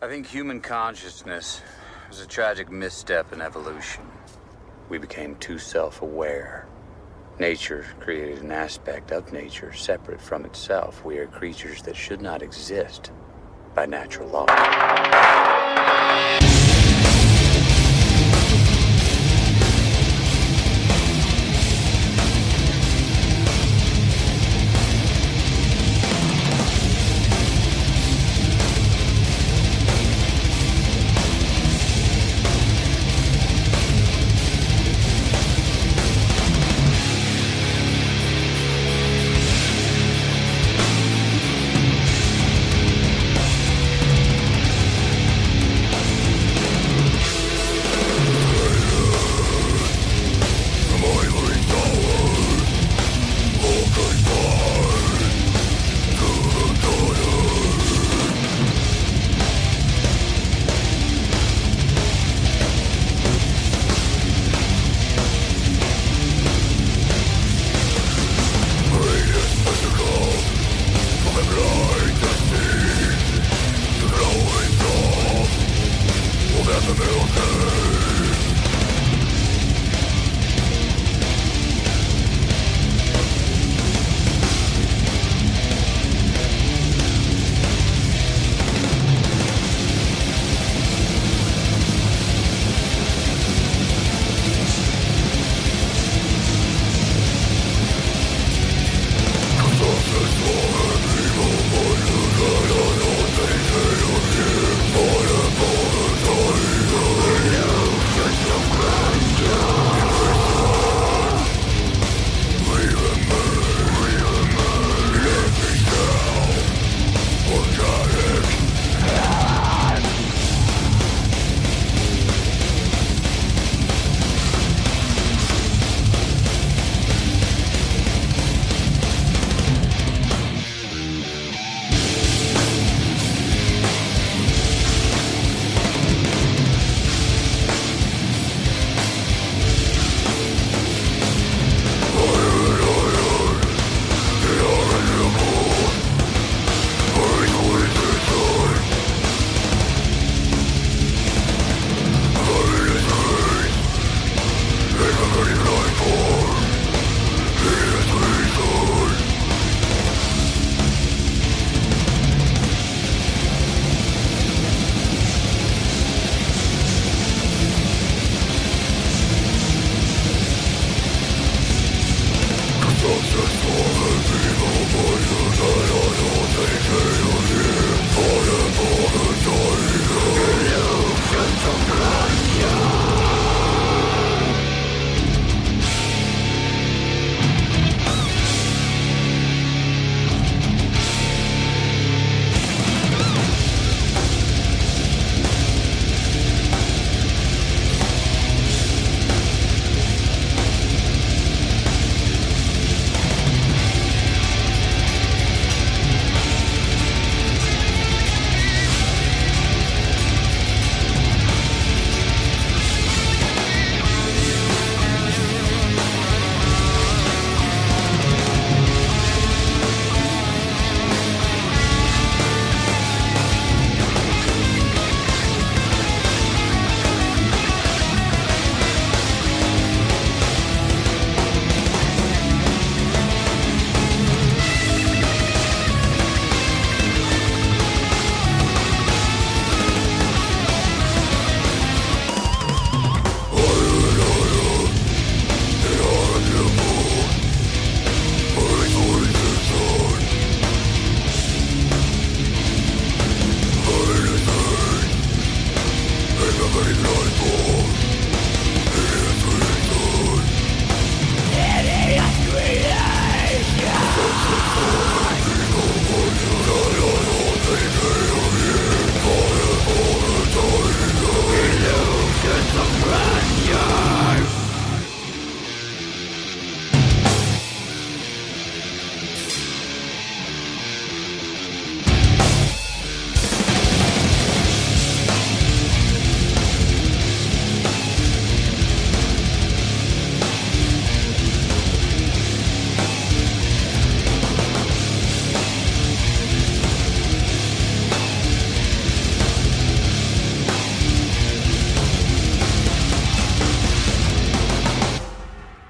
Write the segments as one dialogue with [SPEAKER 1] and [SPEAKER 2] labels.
[SPEAKER 1] I think human consciousness was a tragic misstep in evolution. We became too self aware. Nature created an aspect of nature separate from itself. We are creatures that should not exist by natural law.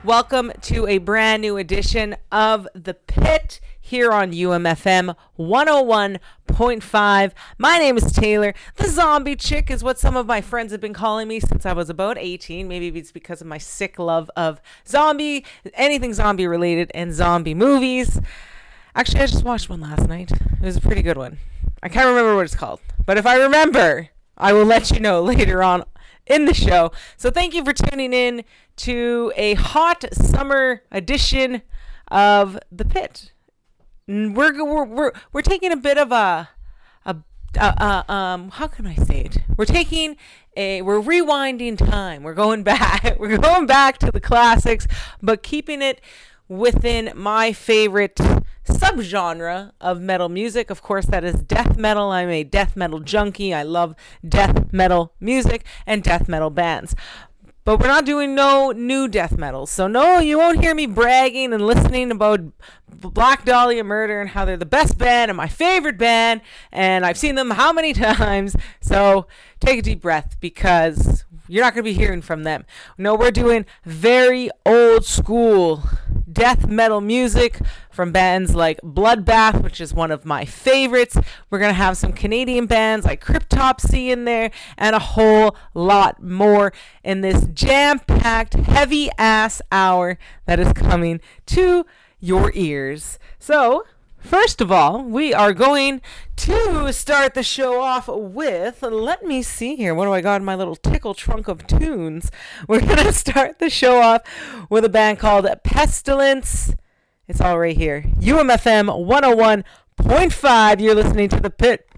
[SPEAKER 2] Welcome to a brand new edition of The Pit here on UMFM 101.5. My name is Taylor. The zombie chick is what some of my friends have been calling me since I was about 18. Maybe it's because of my sick love of zombie, anything zombie related, and zombie movies. Actually, I just watched one last night. It was a pretty good one. I can't remember what it's called, but if I remember, I will let you know later on in the show. So thank you for tuning in to a hot summer edition of The Pit. And We're we're we're, we're taking a bit of a a, a, a um how can I say it? We're taking a we're rewinding time. We're going back. We're going back to the classics, but keeping it within my favorite subgenre of metal music. Of course, that is death metal. I'm a death metal junkie. I love death metal music and death metal bands. But we're not doing no new death metal. So, no, you won't hear me bragging and listening about Black Dahlia Murder and how they're the best band and my favorite band. And I've seen them how many times. So, take a deep breath because you're not going to be hearing from them. No, we're doing very old school death metal music from bands like Bloodbath, which is one of my favorites. We're going to have some Canadian bands like Cryptopsy in there and a whole lot more in this jam packed, heavy ass hour that is coming to your ears. So, First of all, we are going to start the show off with. Let me see here. What do I got in my little tickle trunk of tunes? We're going to start the show off with a band called Pestilence. It's all right here. UMFM 101.5. You're listening to The Pit.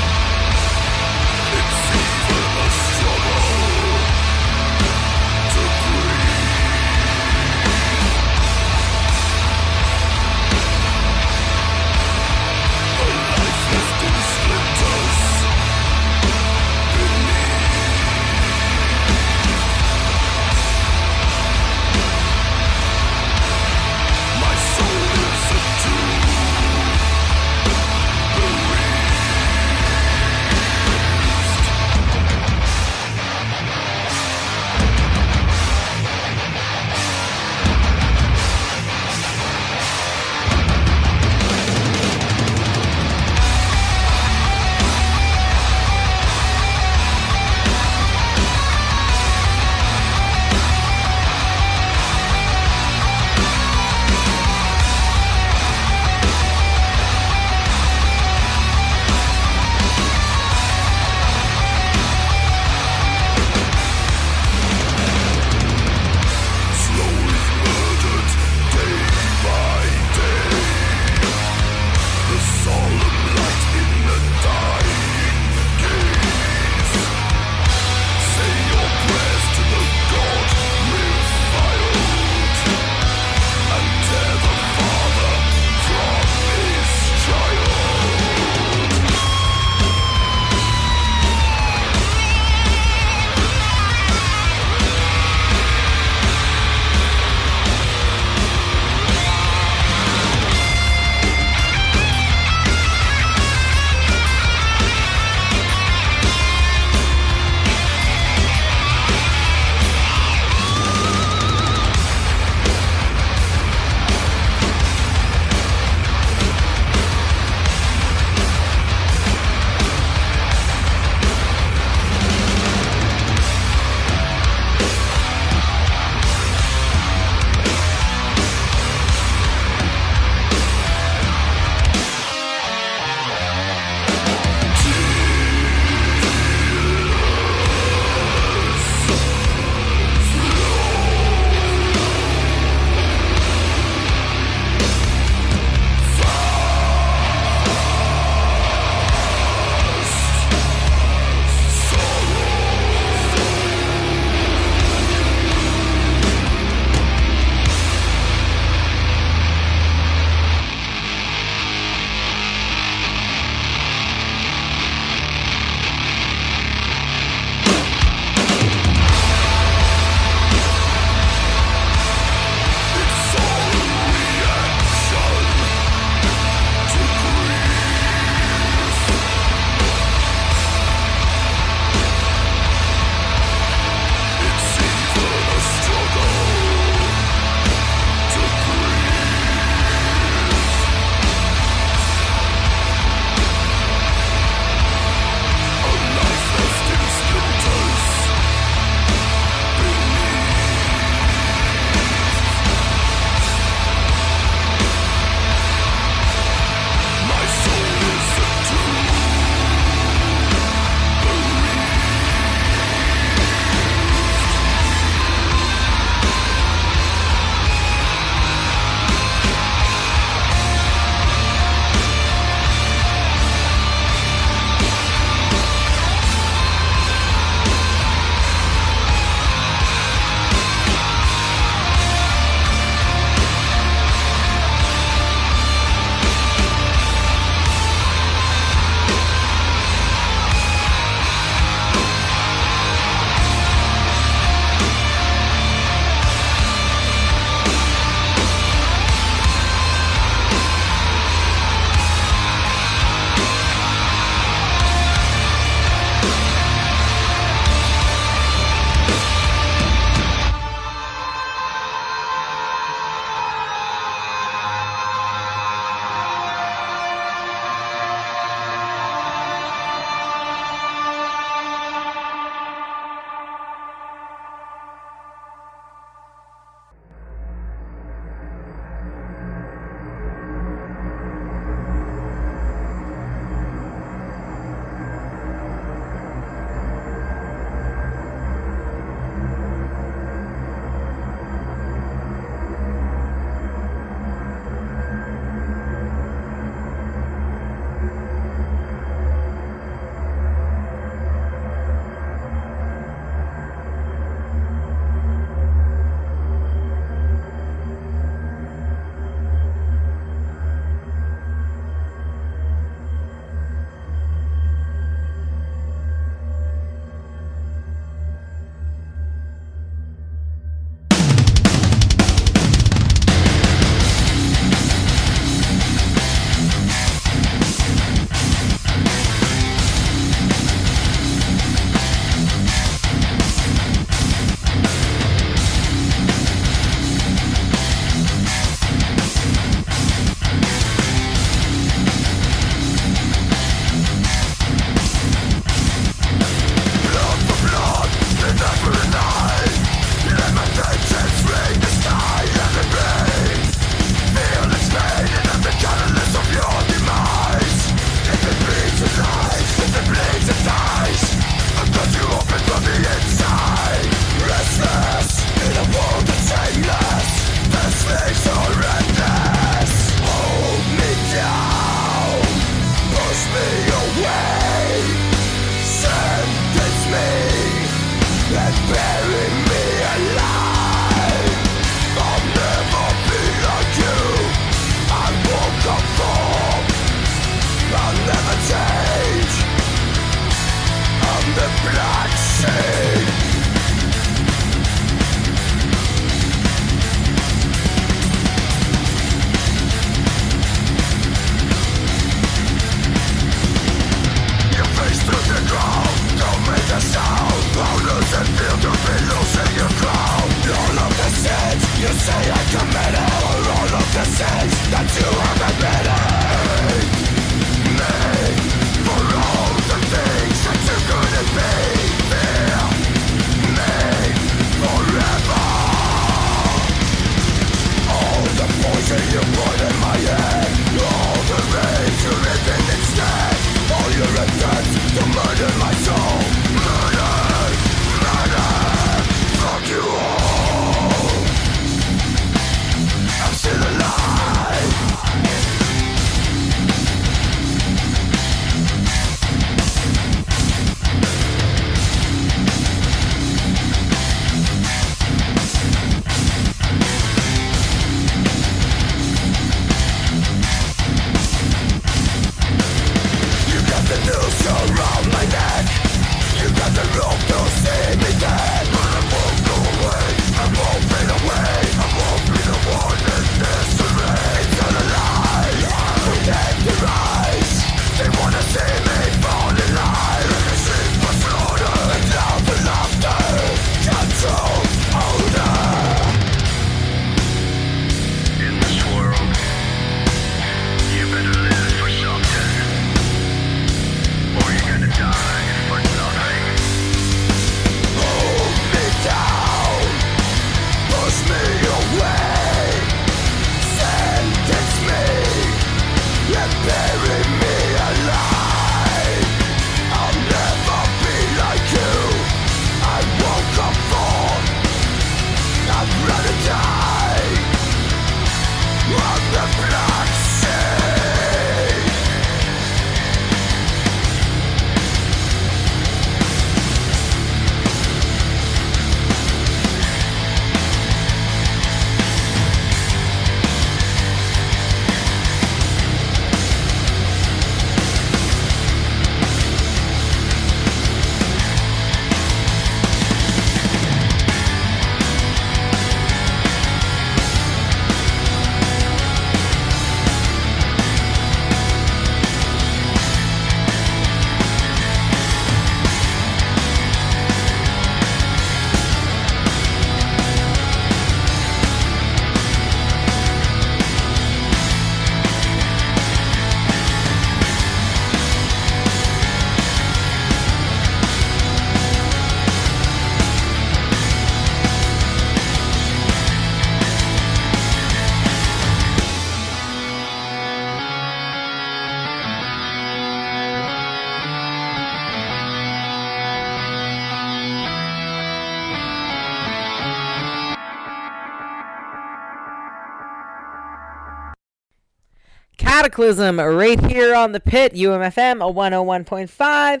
[SPEAKER 2] Cataclysm right here on the pit, UMFM a 101.5.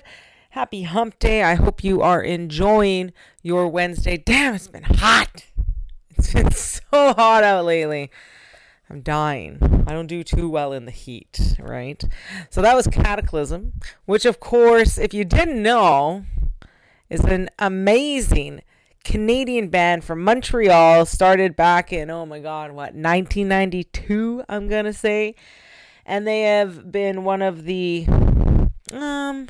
[SPEAKER 2] Happy hump day. I hope you are enjoying your Wednesday. Damn, it's been hot. It's been so hot out lately. I'm dying. I don't do too well in the heat, right? So that was Cataclysm, which, of course, if you didn't know, is an amazing Canadian band from Montreal, started back in, oh my God, what, 1992, I'm going to say. And they have been one of the, um,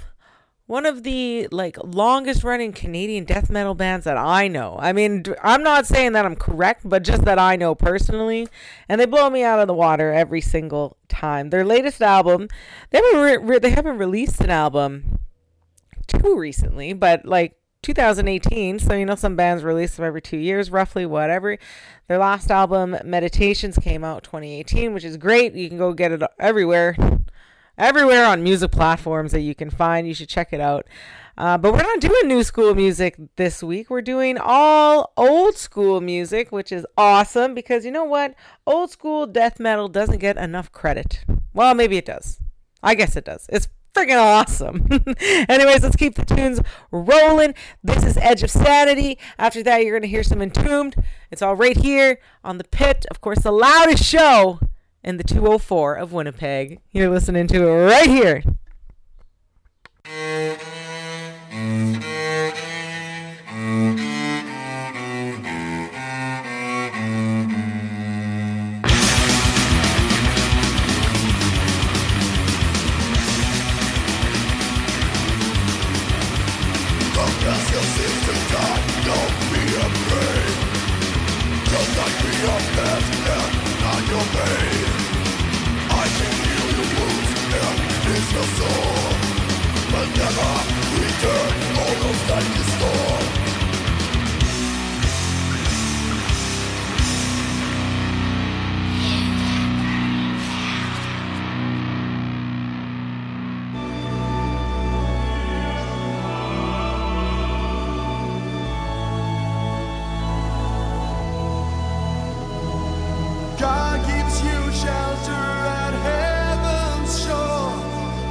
[SPEAKER 2] one of the like longest running Canadian death metal bands that I know. I mean, d- I'm not saying that I'm correct, but just that I know personally, and they blow me out of the water every single time. Their latest album, they haven't re- re- they haven't released an album too recently, but like 2018. So, you know, some bands release them every two years, roughly, whatever. Their last album, Meditations, came out 2018, which is great. You can go get it everywhere, everywhere on music platforms that you can find. You should check it out. Uh, but we're not doing new school music this week. We're doing all old school music, which is awesome because you know what? Old school death metal doesn't get enough credit. Well, maybe it does. I guess it does. It's freaking awesome. Anyways, let's keep the tunes rolling. This is Edge of Sanity. After that, you're going to hear some Entombed. It's all right here on the pit. Of course, the loudest show in the 204 of Winnipeg. You're listening to it right here.
[SPEAKER 3] God gives you shelter at heaven's shore.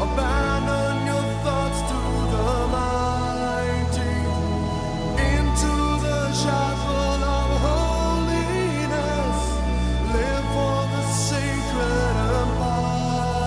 [SPEAKER 3] Abandon your thoughts to the mighty. Into the chapel of holiness. Live for the sacred empire.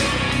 [SPEAKER 3] I've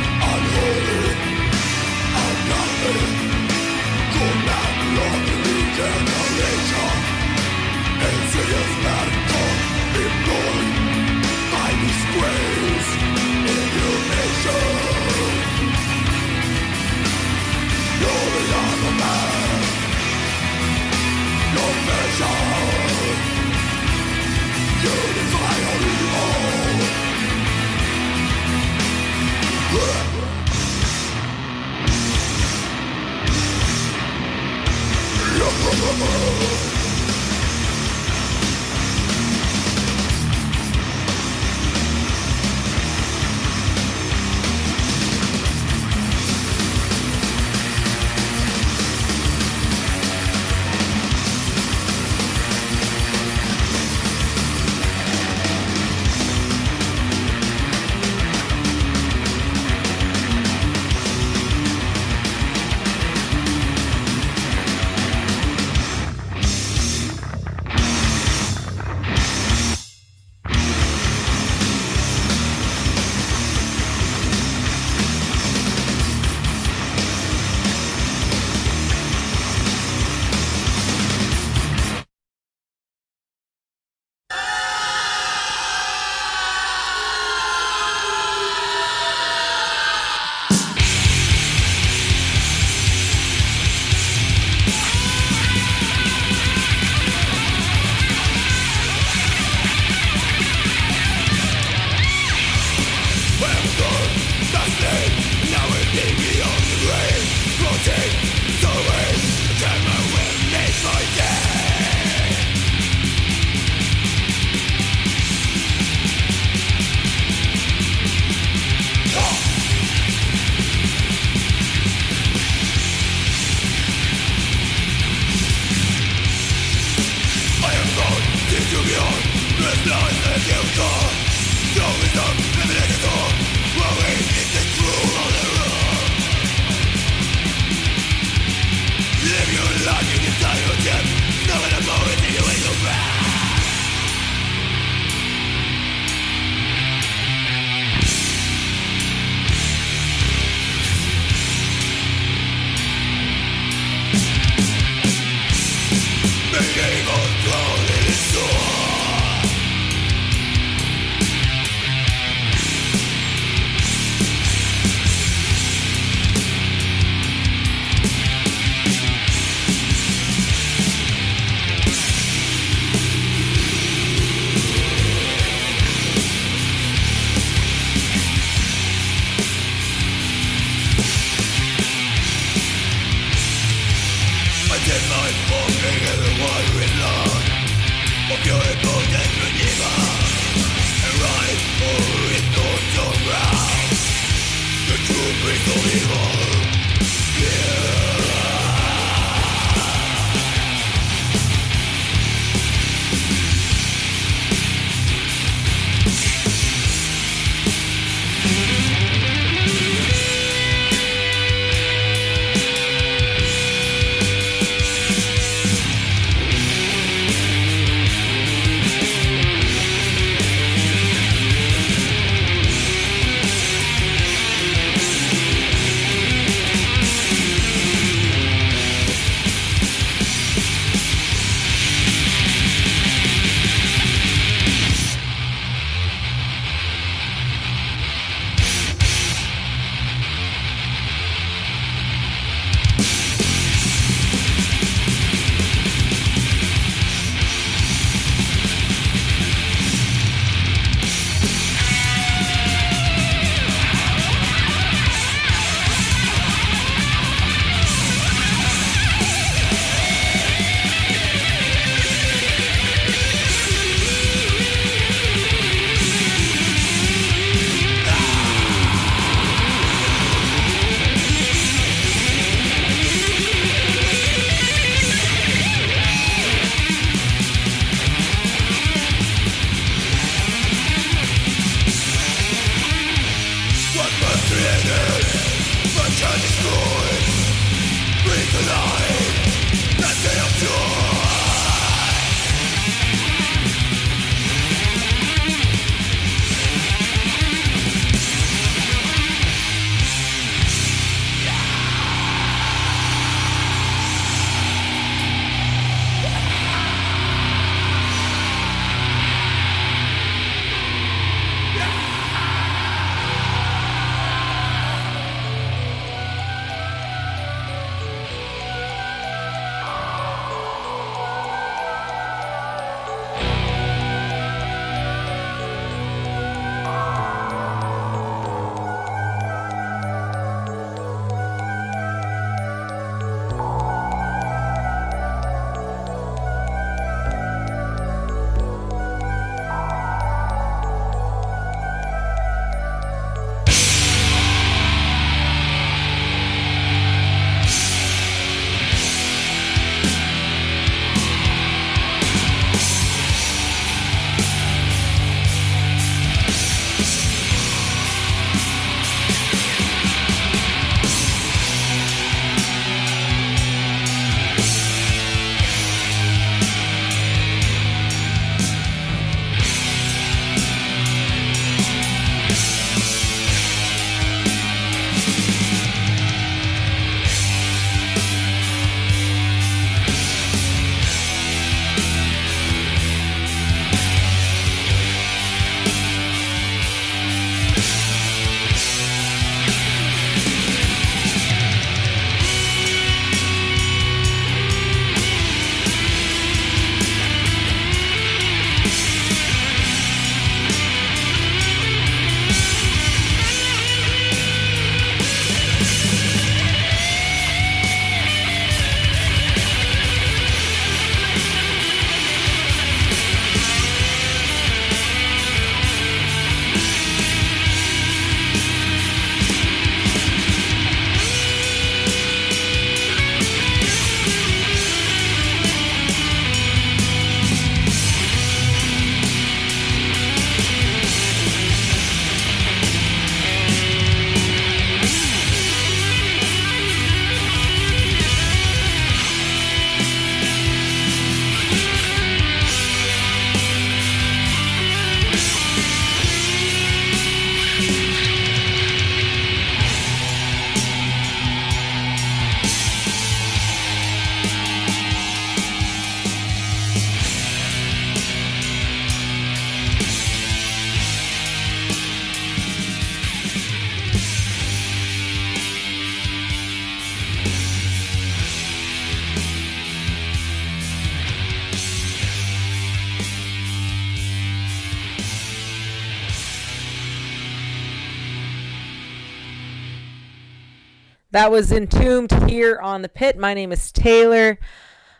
[SPEAKER 3] been waiting
[SPEAKER 2] That was Entombed here on the pit. My name is Taylor.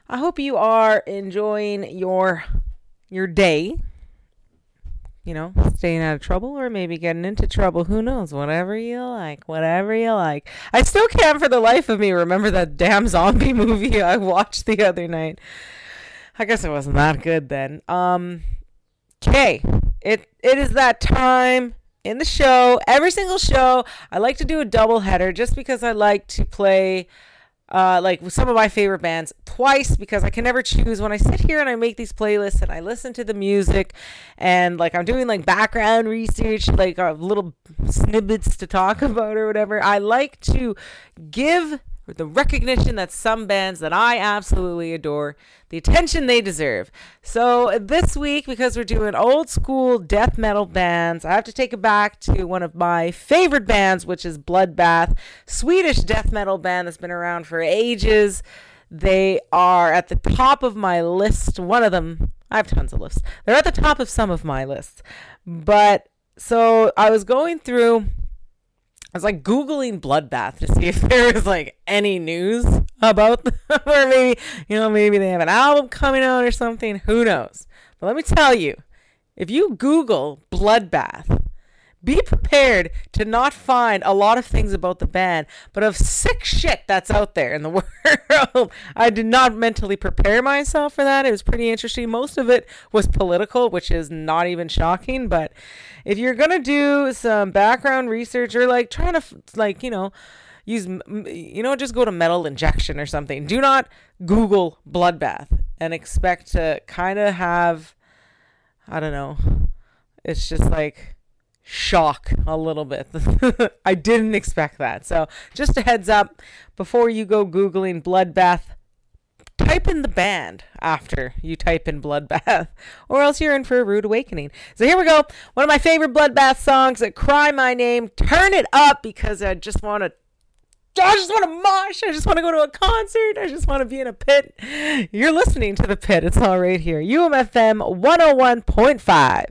[SPEAKER 2] I hope you are enjoying your your day. you know, staying out of trouble or maybe getting into trouble. Who knows? Whatever you like. Whatever you like. I still can't for the life of me remember that damn zombie movie I watched the other night. I guess it wasn't that good then. Um Okay. It it is that time in the show. Every single show, I like to do a double header just because I like to play uh, like with some of my favorite bands twice because I can never choose. When I sit here and I make these playlists and I listen to the music, and like I'm doing like background research, like uh, little snippets to talk about or whatever, I like to give the recognition that some bands that I absolutely adore the attention they deserve. So this week, because we're doing old school death metal bands, I have to take it back to one of my favorite bands, which is Bloodbath, Swedish death metal band that's been around for ages. They are at the top of my list. One of them, I have tons of lists. They're at the top of some of my lists. But so I was going through I was like googling bloodbath to see if there was like any news about them, or maybe you know maybe they have an album coming out or something. Who knows? But let me tell you, if you Google bloodbath, be prepared to not find a lot of things about the band, but of sick shit that's out there in the world. I did not mentally prepare myself for that. It was pretty interesting. Most of it was political, which is not even shocking. But if you're gonna do some background research or like trying to f- like you know use m- m- you know just go to metal injection or something, do not Google bloodbath and expect to kind of have I don't know. It's just like shock a little bit. I didn't expect that. So, just a heads up before you go Googling bloodbath, type in the band after you type in bloodbath, or else you're in for a rude awakening. So, here we go. One of my favorite bloodbath songs that cry my name. Turn it up because I just want to. I just want to mosh. I just want to go to a concert. I just want to be in a pit. You're listening to the pit. It's all right here. UMFM 101.5.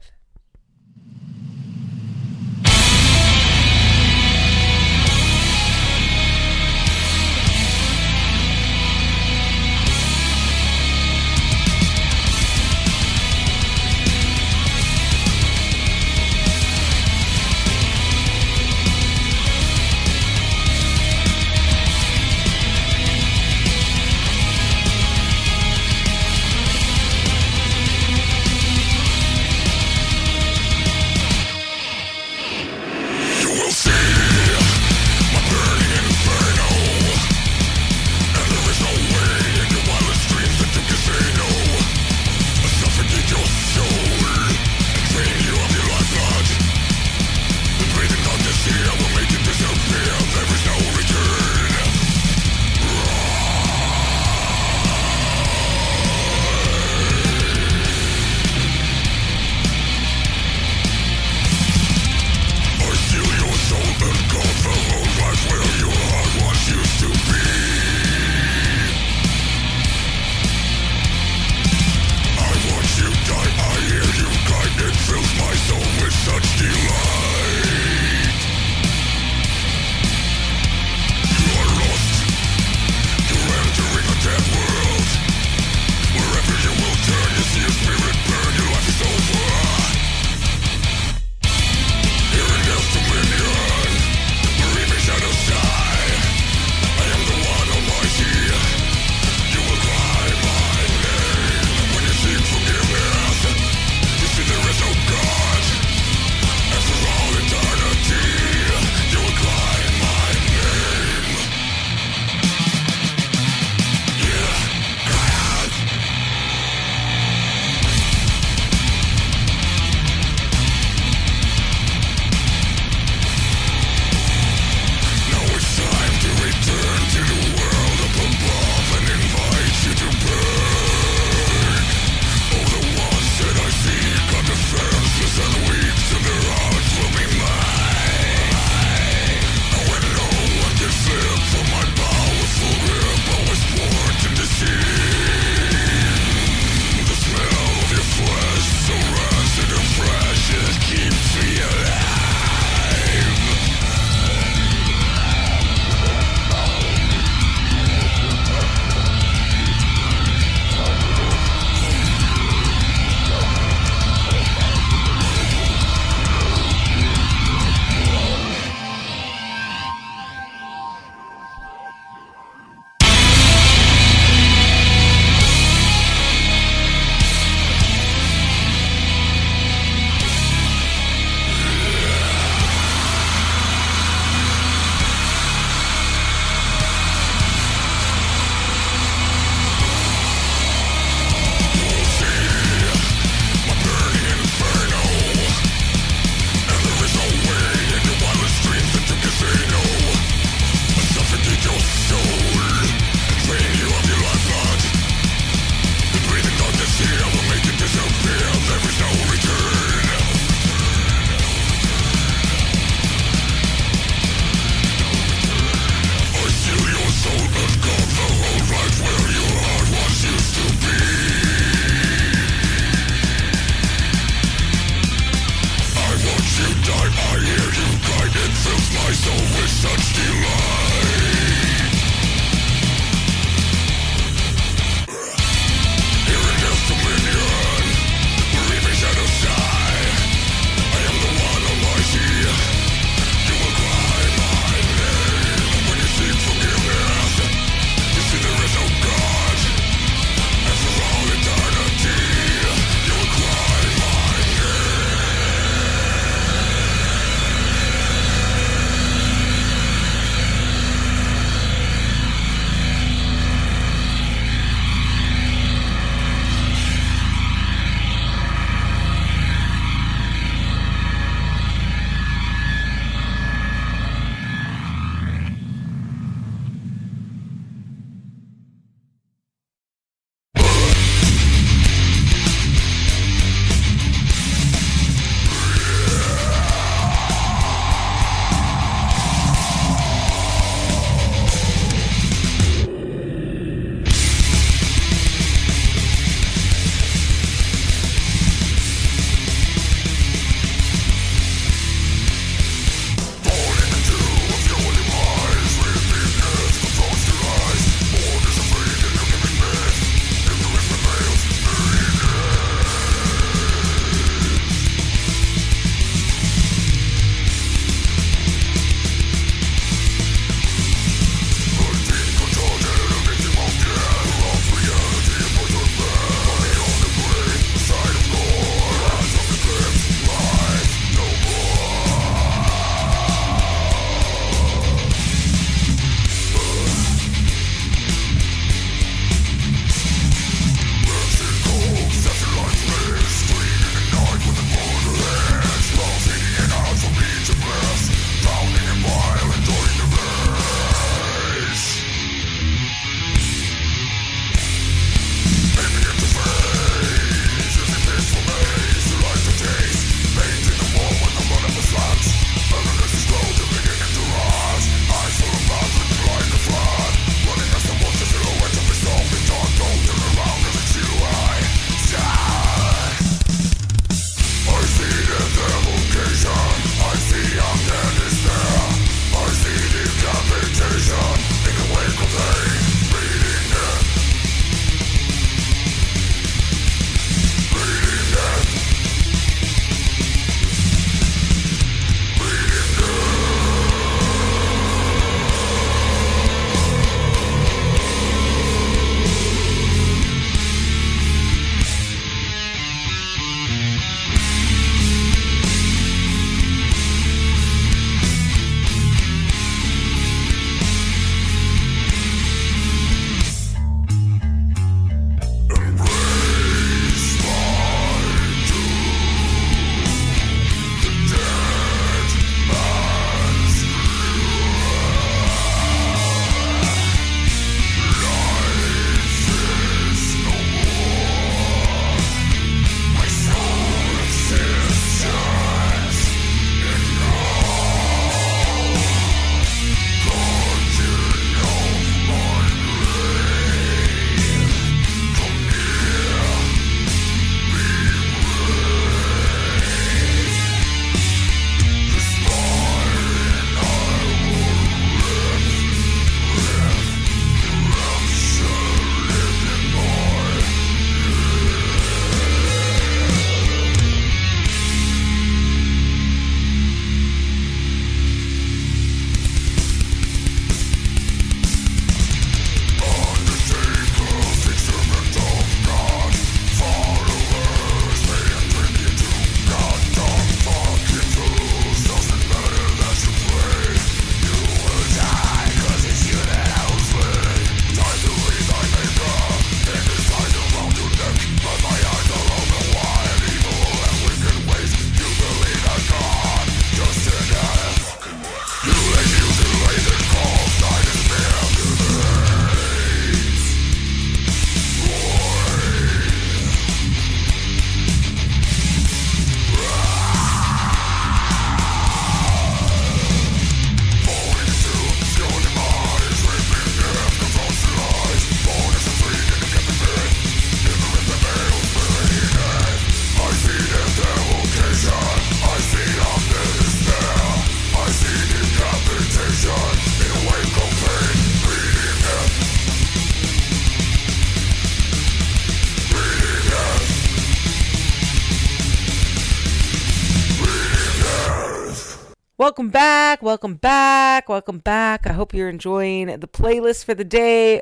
[SPEAKER 2] Welcome back. Welcome back. Welcome back. I hope you're enjoying the playlist for the day.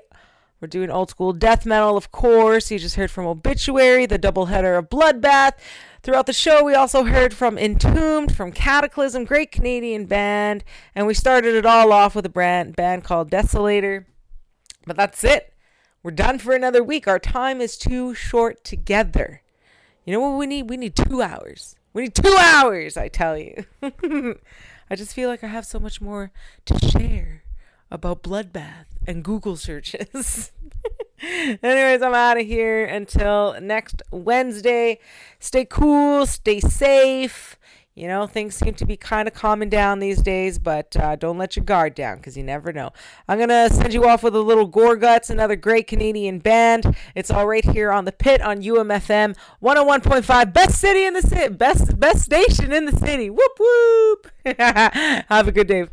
[SPEAKER 2] We're doing old school death metal, of course. You just heard from Obituary, the doubleheader of Bloodbath. Throughout the show, we also heard from Entombed, from Cataclysm, great Canadian band. And we started it all off with a brand, band called Desolator. But that's it. We're done for another week. Our time is too short together. You know what we need? We need two hours. We need two hours, I tell you. I just feel like I have so much more to share about Bloodbath and Google searches. Anyways, I'm out of here until next Wednesday. Stay cool, stay safe. You know, things seem to be kind of calming down these days, but uh, don't let your guard down because you never know. I'm going to send you off with a little Gore Guts, another great Canadian band. It's all right here on the pit on UMFM 101.5. Best city in the city, best, best station in the city. Whoop, whoop. Have a good day.